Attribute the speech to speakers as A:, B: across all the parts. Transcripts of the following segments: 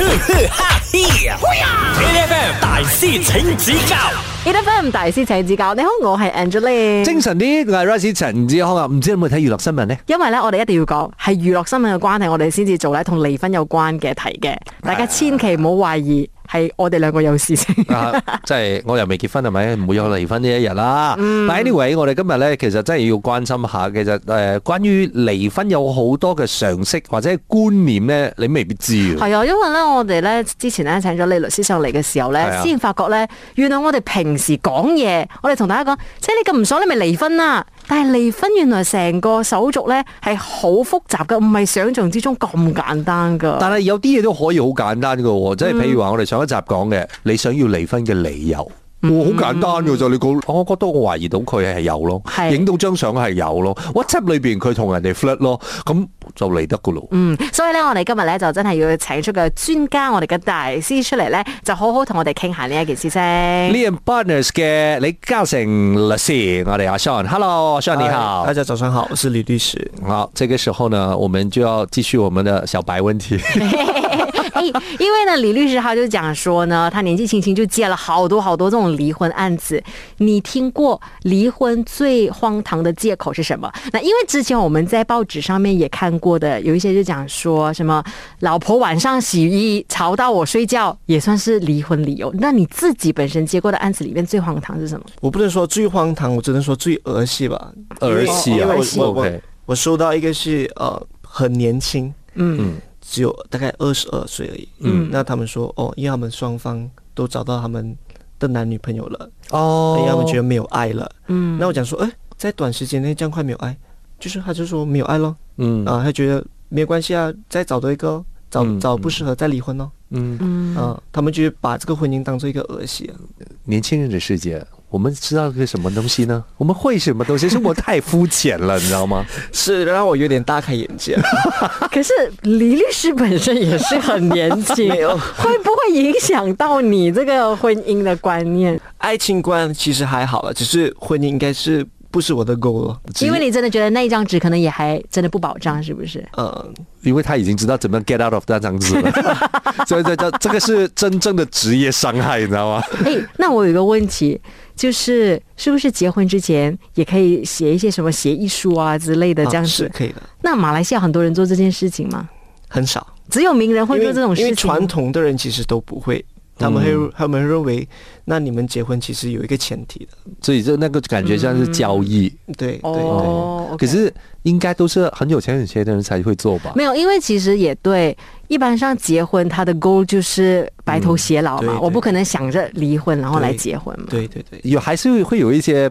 A: 哈嘿，A F M 大師請指教
B: ，A F M 大師請指教。你好，我係 Angeline。
C: 精神啲，我係 Rice 陳志康啊！唔知有冇睇娛樂新聞 呢？
B: 因為咧，我哋一定要講係娛樂新聞嘅關係，我哋先至做咧同離婚有關嘅題嘅。大家千祈唔好懷疑係我哋兩個有事情。
C: 啊，即係我又未結婚係咪？唔會有離婚呢一日啦。
B: 嗯
C: 但 anyway，我哋今日咧其實真係要關心下，其實誒、呃、關於離婚有好多嘅常識或者觀念咧，你未必知啊。
B: 係啊，因為咧，我哋咧之前咧請咗李律師上嚟嘅時候
C: 係
B: 咧，
C: 啊
B: 先發覺咧，原來我哋平時講嘢，我哋同大家講，即係你咁唔爽，你咪離婚啦。但係離婚原來成個手續咧係好複雜嘅，唔係想象之中咁簡單噶。
C: 但係有啲嘢都可以好簡單嘅喎，即係
B: 嗯
C: 譬如話我哋上一集講嘅，你想要離婚嘅理由。哦好、
B: 嗯
C: 簡單嘅就你講，我覺得我懷疑到佢係有咯，
B: 係
C: 影到張相係有咯，WhatsApp 裏邊佢同人哋 flirt 咯，咁就嚟得噶咯。
B: 嗯，所以咧，我哋今日咧就真係要請出嘅專家，我哋嘅大師出嚟咧，就好好同我哋傾下呢一件事 情。
C: Liam Partners 嘅李嘉誠律師，我哋阿 Sean，Hello Sean 你好，
A: 大家早上好，我是李律師。
C: 好，这个时候呢，我们就要继续我们的小白问 题。
B: 因哎因为呢，李律师他就讲说呢，他年纪轻轻就接了好多好多这种离婚案子。你听过离婚最荒唐的借口是什么？那因为之前我们在报纸上面也看过的，有一些就讲说什么老婆晚上洗雨衣吵到我睡觉，也算是离婚理由。那你自己本身接过的案子里面最荒唐是什么？
D: 我不能说最荒唐，我只能说最儿戏吧。
C: 儿戏啊
D: 因为我我我
C: OK
D: 我收到一个是呃很年轻，
B: 嗯
D: 只有大概二十二岁而已。嗯，那他们说哦，因为他们双方都找到他们的男女朋友了，
C: 哦
D: 因为他们觉得没有爱了。
B: 嗯，
D: 那我讲说，哎，在短时间内这样快没有爱，就是他就说没有爱咯，
C: 嗯
D: 啊，他觉得没有关系啊，再找多一个哦，找
C: 嗯
D: 找不适合再离婚咯。
C: 嗯，
B: 嗯
D: 啊，他们就是把这个婚姻当做一个儿戏啊。
C: 年轻人的世界，我们知道个什么东西呢？我们会什么东西？生活太肤浅了，你知道吗？
D: 是让我有点大开眼界。
B: 可是李律师本身也是很年轻，
D: 没有
B: 会不会影响到你这个婚姻的观念？
D: 爱情观其实还好了，只是婚姻应该是不是我的 goal 了。
B: 因为你真的觉得那一张纸可能也还真的不保障，是不是？
D: 呃，
C: 因为他已经知道怎么样 get out of 那张纸了，所以这叫这个是真正的职业伤害，你知道吗？
B: 哎，那我有一个问题，就是是不是结婚之前也可以写一些什么协议书啊之类的这样
D: 啊、
B: 子？
D: 是可以的，
B: 那马来西亚很多人做这件事情吗？
D: 很少。
B: 只有名人会
D: 因
B: 做
D: 为
B: 这种事
D: 因为
B: 情吗。
D: 传统的人其实都不会，他们会、他们认为，那你们结婚其实有一个前提的，
C: 所以就那个感觉像是交易，
D: 对对对。
B: 哦，OK
C: 可是应该都是很有钱有钱的人才会做吧？
B: 没有，因为其实也对，一般上结婚他的 goal 就是白头偕老
D: 嗯
B: 嘛，
D: 对对
B: 我不可能想着离婚然后来
D: 对
B: 结婚嘛。
D: 对对对，
C: 有还是会有一些，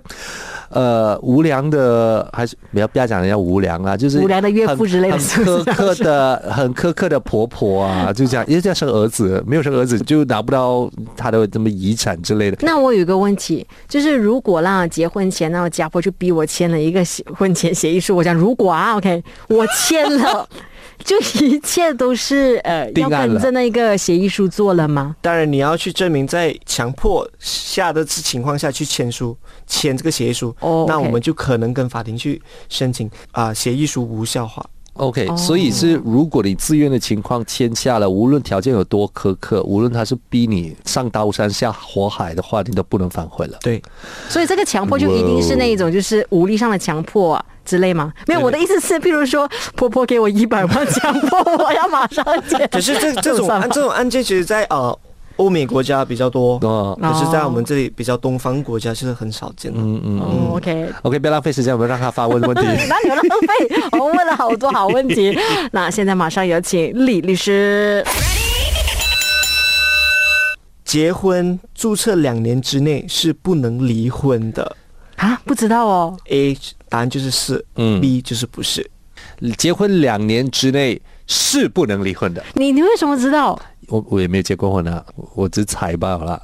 C: 呃，无良的，还是不要不要讲人家无良啊，就是
B: 无良的岳父
C: 很
B: 之类的
C: 很苛刻 的、很苛刻的婆婆啊，就这样，因为这样生儿子，没有生儿子就拿不到他的什么遗产之类的。
B: 那我有一个问题，就是如果啦，结婚前那我家婆就逼我签了一个协婚前协议书，我讲如果啊，OK，我 签了， 就一切都是呃
C: 定
B: 要
C: 案
B: 跟
C: 了
B: 着那个协议书做了吗？
D: 当然你要去证明在强迫下的情况下去签书，签这个协议书，
B: 哦
D: 那我
B: OK
D: 们就可能跟法庭去申请啊、协议书无效化。
C: OK，、
B: 哦
C: 所以是如果你自愿的情况签下了，无论条件有多苛刻，无论他是逼你上刀山下火海的话，你都不能反悔了。
D: 对，
B: 所以这个强迫就一定是那一种就是武力上的强迫、啊。之类吗？没有，我的意思是，譬如说，婆婆给我一百万，强迫我要马上结。
D: 可是这这种
B: 算吗
D: 案这种案件，其实在呃欧美国家比较多，
C: 哦
D: 可是在我们这里比较东方国家是很少见的。嗯嗯，
B: 哦，OK，
C: OK，不要浪费时间，我们让他发问问 题。
B: 哪里有浪费？我哦问了好多好问题。那现在马上有请李律师。
D: 结婚注册两年之内是不能离婚的。
B: 啊，不知道哦。
D: A 答案就是是，
C: 嗯
D: b 就是不是。
C: 结婚两年之内是不能离婚的。
B: 你你为什么知道？
C: 我我也没有结过婚啊，我我只猜罢了。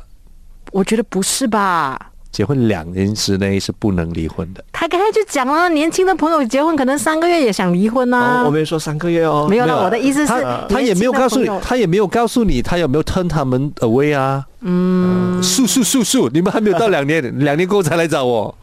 B: 我觉得不是吧？
C: 结婚两年之内是不能离婚的。
B: 他刚才就讲了，年轻的朋友结婚可能三个月也想离婚呐、
D: 哦，我没有说三个月哦，
B: 啊没有啦，
C: 没有啊
B: 我的意思是
C: 他他也没有告诉你，他也没有告诉你他有没有 turn 他们嗯 away 啊。嗯，速速速速，你们还没有到两年，两年过后才来找我。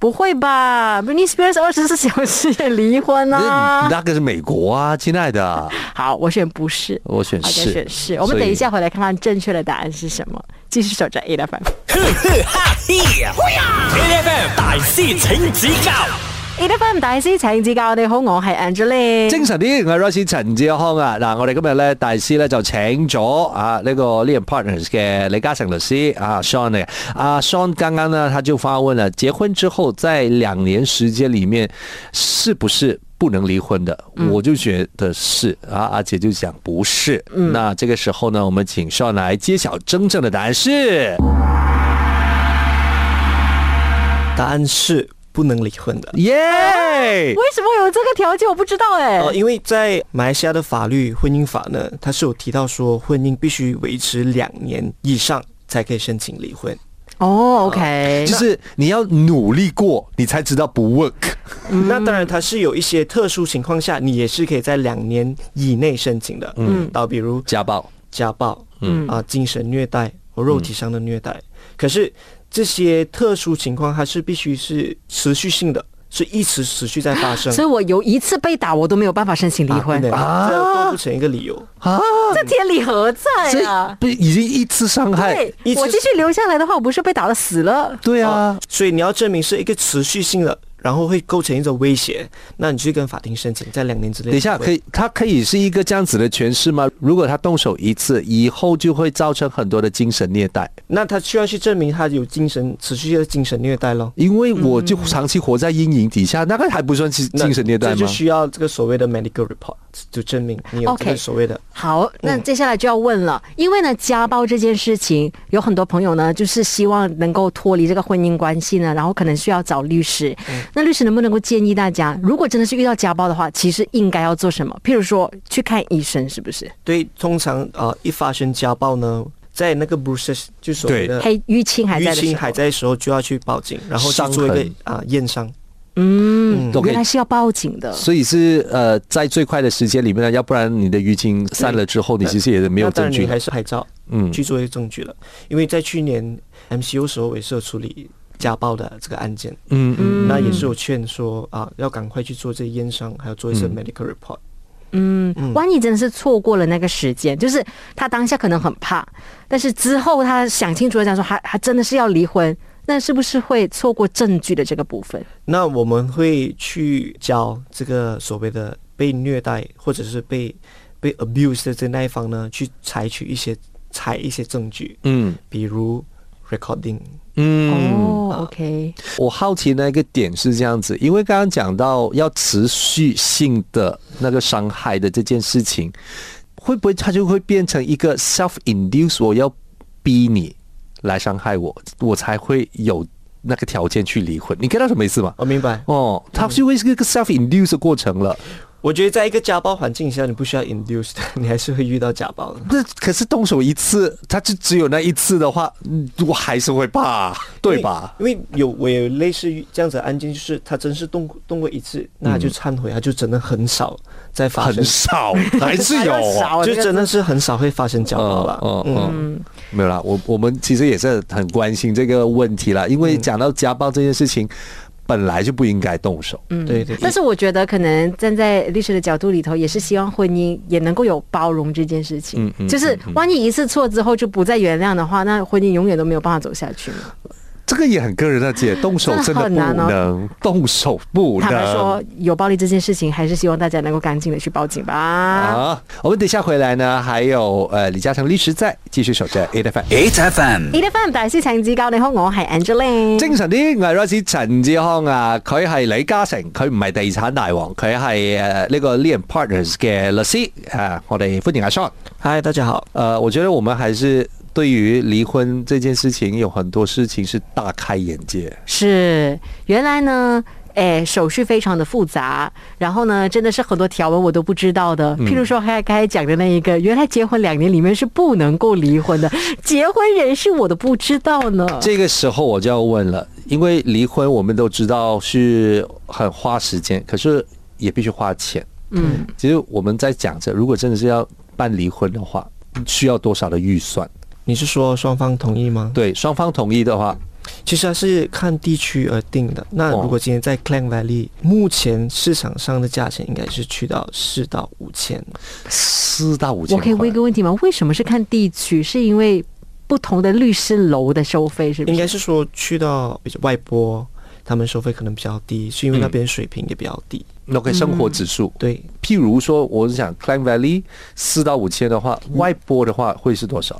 B: 不会吧？Britney Spears 二十四小时也离婚 啊！
C: 那个是美国啊，亲爱的，
B: 好，我选不是，
C: 我选
B: 好
C: 是
B: 啊选是。我们
C: 所以
B: 等一下回来看看正确的答案是什么。继续守着 A F M。
A: A F M 大师请指教
B: ，A F M 大師請指教，你好，我係 Angeline。
C: 精神啲，我係 Royce 陳志康啊！嗱，我哋今日咧大師咧就請咗啊呢個 l i a n Partners 嘅李嘉誠律師啊 Sean 嘅啊 Sean 剛剛呢他就發問了，結婚之後在兩年時間裡面是不是？不能離婚的，我就覺得是、啊，阿姐就講不是。那這個時候呢，我們請 Sean 來揭曉真正的答案是。
D: 答案是不能离婚的。
C: 耶、
B: 为什么有這個條件？我不知道哎、
D: 呃，
C: 哦
D: 因为在马来西亚的法律婚姻法呢，它是有提到说婚姻必须维持两年以上才可以申请离婚。
B: 哦，OK，
C: 就是你要努力过，你才知道不 work。
D: 那当然，它是有一些特殊情况下，你也是可以在两年以内申请的。嗯，到比如
C: 家暴，
D: 家暴，嗯啊、精神虐待或肉
C: 嗯
D: 体上的虐待。可是这些特殊情况，它是必须是持续性的，是一直持续在发生。啊
C: 啊
B: 所以我有一次被打，我都没有办法申请离婚，
D: 对这构不成一个理由。
B: 这天理何在
C: 这
B: 啊？
C: 不是已经一哎次伤害？
B: 对
D: 一，直
B: 我继续留下来的话，我不是被打的死了？
C: 对啊
D: 啊，，所以你要证明是一个持续性的，然后会构成一种威胁，那你去跟法庭申请，在两年之内。
C: 等一下可
D: 以。
C: 以，它可以是一个这样子的诠释吗？如果他动手一次，以后就会造成很多的精神虐待，
D: 那他需要去证明他有精神持续的精神虐待咯。
C: 因为我就长期活在阴影底下，那个还不算是
D: 那
C: 精神虐待
D: 这就
C: 吗？
D: 需要这个所谓的 medical report，就证明你有这
B: OK
D: 个所谓的
B: 好，那
D: 嗯
B: 接下来就要问了，因为呢，家暴这件事情，有很多朋友呢，就是希望能够脱离这个婚姻关系呢，然后可能需要找律师。
D: 嗯
B: 那律师能不能够建议大家，如果真的是遇到家暴的话，其实应该要做什么？譬如说去看医生，是不是？
D: 对。通常啊、呃一发生家暴呢，在那个 bruises 就所谓的
B: 黑淤青还在的
D: 呃淤
B: 时
D: 青
B: 候
D: 还在的时候，就要去报警，然后去
C: 伤
D: 做一个
C: 痕
D: 啊、验伤。
B: 嗯，
C: OK
B: 原来是要报警的。
C: 所以是呃，在最快的时间里面呢，要不然你的淤青散了之后，你其实也是没有
D: 那当
C: 证
D: 然
C: 据
D: 你
C: 的
D: 还。是拍照，
C: 嗯
D: 嗯，去作为证据了。因为在去年 MCU 时候，我也是有处理家暴的这个案件，
C: 嗯嗯，
D: 那也是有劝说啊，要赶快去做这些验伤，还有做一
C: 嗯
D: 些 medical report。
B: 嗯
D: 嗯
B: 万一真的是错过了那个时间，就是他当下可能很怕，但是之后他想清楚了，想说还还真的是要离婚，那是不是会错过证据的这个部分？
D: 那我们会去教这个所谓的被虐待或者是被被 abuse 的这那一方呢，去采取一些采一些证据，
C: 嗯
D: 比如 recording。嗯
B: 哦，OK，
C: 我好奇那个点是这样子，因为刚刚讲到要持续性的那个伤害的这件事情，会不会它就会变成一个 self induce？我要逼你来伤害我，我才会有那个条件去离婚。你 get 到什么意思吗？
D: 我、明白。
C: 哦，它就会是一个 self induce 的过程了。
D: 我觉得在一个家暴环境下，你不需要 induce，你 还是会遇到家暴的。
C: 那可是动手一次，他就只有那一次的话，嗯我还是会怕，对吧？
D: 因为？因为有我有类似于这样子的案件，就是他真是动动过一次，那他就忏悔，他就真的很少再发生哦
C: 很，少，还是有、
B: 还是
C: 啊
B: 少。
D: 就真的是很少会发生家暴了。
C: 嗯嗯嗯，没有啦，我我们其实也是很关心这个问题啦，因为讲到家暴这件事情，本来就不应该动手。嗯，
D: 对对对
B: 但是我觉得可能站在律师的角度里头，也是希望婚姻也能够有包容这件事情。
C: 嗯嗯
B: 就是万一一次错之后就不再原谅的话，那婚姻永远都没有办法走下去嘛。
C: 这个也很个人的解，动手真的不
B: 真的 很难
C: 能，动手不
B: 坦白说
C: 能。，
B: 有暴力这件事情，还是希望大家能够赶紧的去报警吧。
C: 啊，我们等一下回来呢，还有呃李嘉诚律师在继续守着 A F M。
A: ，H F M。
B: E D F M 大師請指教，你好，我係 Angeline。
C: 精神啲，我係 Rosie 陳志康啊，佢係李嘉誠，佢唔係地產大王，佢係誒呢個 l i a n Partners 嘅律師啊，我哋歡迎阿 Sean。
D: 嗨，大家好。
C: 呃，我觉得我们还是对于离婚这件事情，有很多事情是大开眼界。
B: 是，原来呢，哎，手续非常的复杂，然后呢，真的是很多条文我都不知道的。譬如说，还刚才讲的那一个，原来结婚两年里面是不能够离婚的，结婚人士我都不知道呢。
C: 这个时候我就要问了，因为离婚我们都知道是很花时间，可是也必须花钱。
B: 嗯，
C: 其实我们在讲着，如果真的是要办离婚的话，需要多少的预算？
D: 你是说双方同意吗？
C: 对，双方同意的话，
D: 其实它是看地区而定的。那
C: 哦
D: 如果今天在 Clang Valley，目前市场上的价钱应该是去到四到五千。
C: 四到五千
B: 我可以
C: 块。
B: 问一个问题吗？为什么是看地区？是因为不同的律师楼的收费是不
D: 应
B: 是？
D: 该是说去到比较外坡，他们收费可能比较低，是因为那边水平也比较低。
C: OK，生活指
B: 嗯
C: 数。
D: 对，
C: 譬如说，我是想 Climb Valley 四到五千的话，外波的话会是多少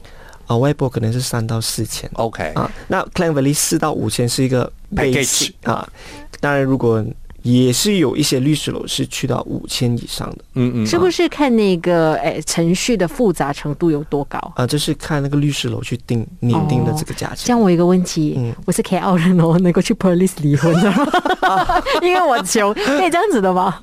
D: 啊、外坡可能是三到四千。
C: ？OK，
D: 啊，那 Clan Valley 四到五千是一个
C: Package
D: basic 啊，当然如果也是有一些律师楼是去到五千以上的
C: 嗯嗯，
B: 是不是看那个诶程序的复杂程度有多高？
D: 啊，这是看那个律师楼去定拟定的这个价
B: 这
D: 钱。
B: 样我有一个问题，
D: 嗯
B: 我是 KL 人哦，能够去 police 离婚的 吗，因为我穷，可以这样子的吗？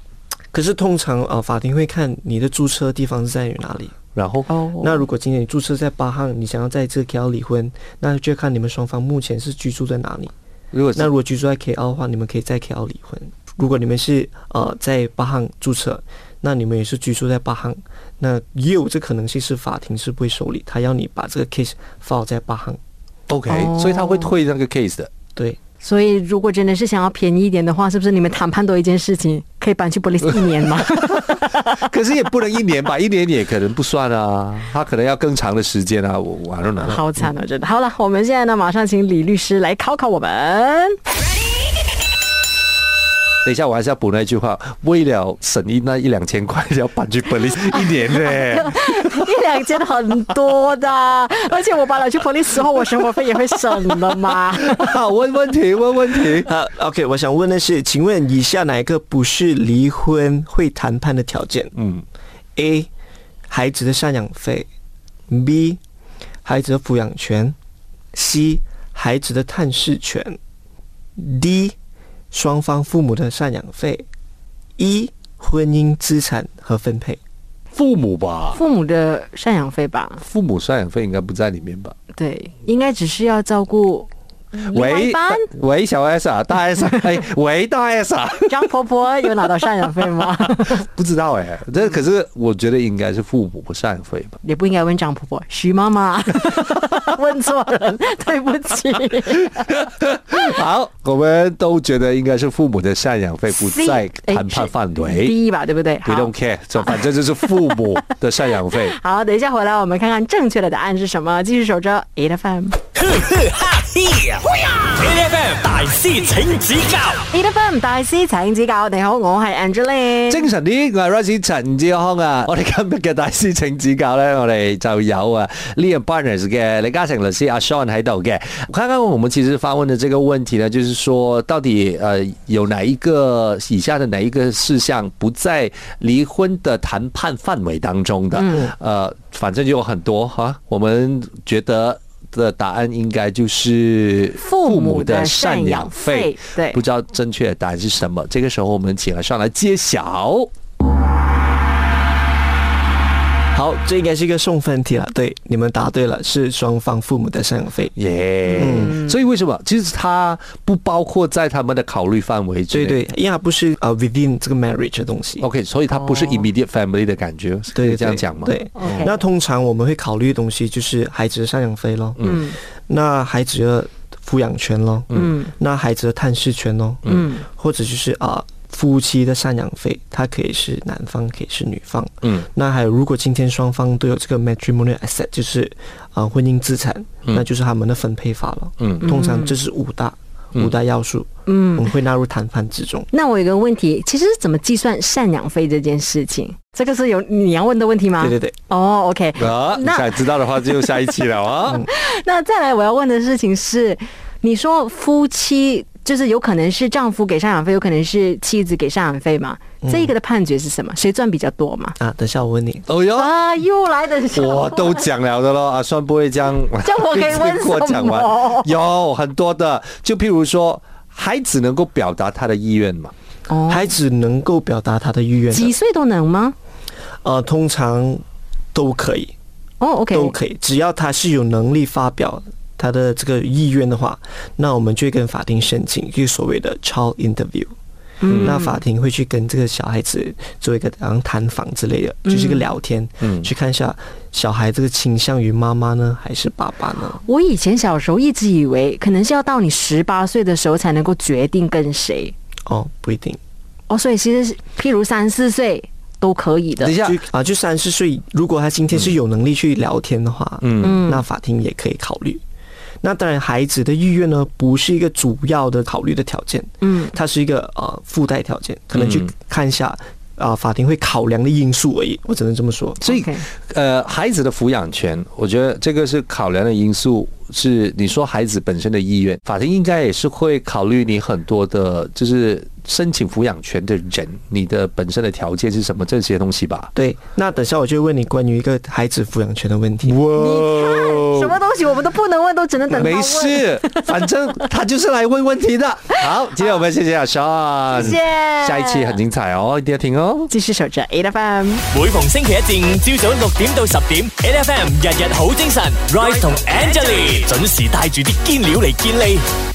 D: 可是通常啊，法庭会看你的注册地方是在于哪里。
C: 然后
B: 哦，
D: 那如果今天你注册在巴汉，你想要在这 KL 离婚，那就看你们双方目前是居住在哪里。
C: 如果
D: 那
C: 是
D: 如果居住在 KL 的话，你们可以在 KL 离婚。如果你们是呃在巴汉注册，那你们也是居住在巴汉，那也有这可能性是法庭是不会受理，他要你把这个 case 放在巴汉。
C: OK，
B: 哦
C: 所以他会退那个 case 的。
D: 对，
B: 所以如果真的是想要便宜一点的话，是不是你们谈判多一件事情，可以搬 去 police 一年吗？
C: 可是也不能一年吧，一年也可能不算啊，他可能要更长的时间啊。我我 I don't know。
B: 好惨啊，真的。好了，我们现在呢，马上请李律师来考考我 们。
C: 等一下我还是要补那句话，为了省一那一两千块，要搬去 Belize 一年 呢。
B: 一两千很多的，而且我搬了去 police 之后，我生活费也会省的嘛。
C: 好，问问题，问 问题。
D: 啊、o k 我想问的是，请问以下哪一个不是离婚会谈判的条件
C: 嗯，
D: ？A. 孩子的赡养费，B. 孩子的抚养权，C. 孩子的探视权，D. 双方父母的赡养费，E. 婚姻资产和分配。
C: 父母吧，
B: 父母的赡养费吧，
C: 父母赡养费应该不在里面吧？
B: 对，应该只是要照顾嗯另外一
C: 喂
B: 半。
C: 喂，小 S 啊，大 S 啊，哎，喂，大 S 啊，
B: 张婆婆有拿到赡养费 吗？
C: 不知道哎、这可是我觉得应该是父母赡养费吧。
B: 也不应该问张婆婆，徐妈妈， 问错人，对不起。
C: 好，我们都觉得应该是父母的赡养费不
B: C，
C: 在
B: 哎
C: 谈
B: 是
C: 判范围。
B: 第一吧，对不对？
C: We
B: 好
C: don't。care，就反正就是父母的赡养费。
B: 好，等一下回来我们看看正确的答案是什么。继续守着 A F M。
A: A F M 大师请指教
B: A F M 大師請指教，你好，我係 Angeline。
C: 精神啲，我系 Rosie 陳志康 啊！我哋今日嘅大師請指教咧，我哋就有啊 l e a n Partners 嘅李嘉誠律師阿 Sean 喺度嘅。剛剛我們其實發問的這個問題呢，就是說到底呃有哪一個以下的哪一個事項不在離婚的談判範圍當中的？呃，反正就有很多哈，我們覺得。的答案應該就是
B: 父母的赡養费对
C: 不知道正确的答案是什么。这个时候我们请了上来揭晓。
D: 好，这应该是一个送分题了。对，你们答对了，是双方父母的赡养费。
C: 耶、
B: 嗯
C: 所以为什么？其实它不包括在他们的考虑范围之
D: 对
C: 内。
D: 对，因为它不是呃 within 这个 marriage 的东西。
C: OK，所以它不是
B: 哦
C: immediate family 的感觉，是可以
D: 对，
C: 这样讲吗？
D: 对，
B: OK
D: 那通常我们会考虑的东西就是孩子的赡养费咯，
B: 嗯
D: 那孩子的抚养权咯，
B: 嗯
D: 那孩子的探视权咯，
B: 嗯
D: 或者就是啊、夫妻的赡养费，它可以是男方，可以是女方。
C: 嗯，
D: 那还有，如果今天双方都有这个 matrimonial asset，就是啊、婚姻资产，那就是他们的分配法了。
C: 嗯
D: 通常这是五大、五大要素，
B: 嗯。
D: 我们会纳入谈判之中。
B: 那我有一个问题，其实怎么计算赡养费这件事情，这个是有你要问的问题吗？
D: 对对对，
B: 哦，OK、
C: 啊，你
B: 那
C: 想知道的话就下一期了啊。
B: 那再来我要问的事情是，你说夫妻就是有可能是丈夫给赡养费，有可能是妻子给赡养费嘛？
C: 嗯
B: 这个的判决是什么？谁赚比较多嘛？
D: 啊，等下我问你，
C: 哦哟，
B: 啊，又来的是
C: 我都讲了的咯，阿算不会这样，
B: 这样我可以 问
C: 给我讲完
B: 什么
C: 有很多的，就譬如说，孩子能够表达他的意愿嘛？
B: 哦，
D: 孩子能够表达他的意愿
B: 几
D: 的，
B: 岁都能吗？
D: 呃，通常都可以。
B: 哦，OK，
D: 都可以，只要他是有能力发表他的这个意愿的话，那我们就会跟法庭申请，就是所谓的 child interview。
C: 嗯
D: 那法庭会去跟这个小孩子做一个好像谈访之类的，
C: 嗯
D: 就是一个聊天，去看一下小孩这个倾向于妈妈呢还是爸爸呢？
B: 我以前小时候一直以为，可能是要到你十八岁的时候才能够决定跟谁
C: 嗯
D: 哦，不一定。
B: 哦，所以其实是譬如三四岁都可以的
C: 等一。下
D: 就，啊，就三十岁，如果他今天是有能力去聊天的话，
C: 嗯
D: 嗯，那法庭也可以考虑。那当然，孩子的意愿呢，不是一个主要的考虑的条件，
B: 嗯，
D: 它是一个呃附带条件，可能去
C: 嗯
D: 看一下啊、法庭会考量的因素而已。我只能这么说。
C: 所以
B: OK
C: 呃，孩子的抚养权，我觉得这个是考量的因素。是你说孩子本身的意愿，法庭应该也是会考虑你很多的，就是申请抚养权的人，你的本身的条件是什么这些东西吧。
D: 对，那等下我就问你关于一个孩子抚养权的问题。
C: 呃
B: 什么东西我们都不能问，都只能等到
C: 没
B: 问。
C: 事，反正他就是来问问题的。好，今天我们谢谢阿 Sean，
B: 谢谢
C: 下一期很精彩哦，一定要听哦。
B: 继续守着 A F M。
A: 每逢星期一至五朝早六點到十點，N F M 日日好精神，Rise 同 Angelie 準時帶住啲堅料嚟健利。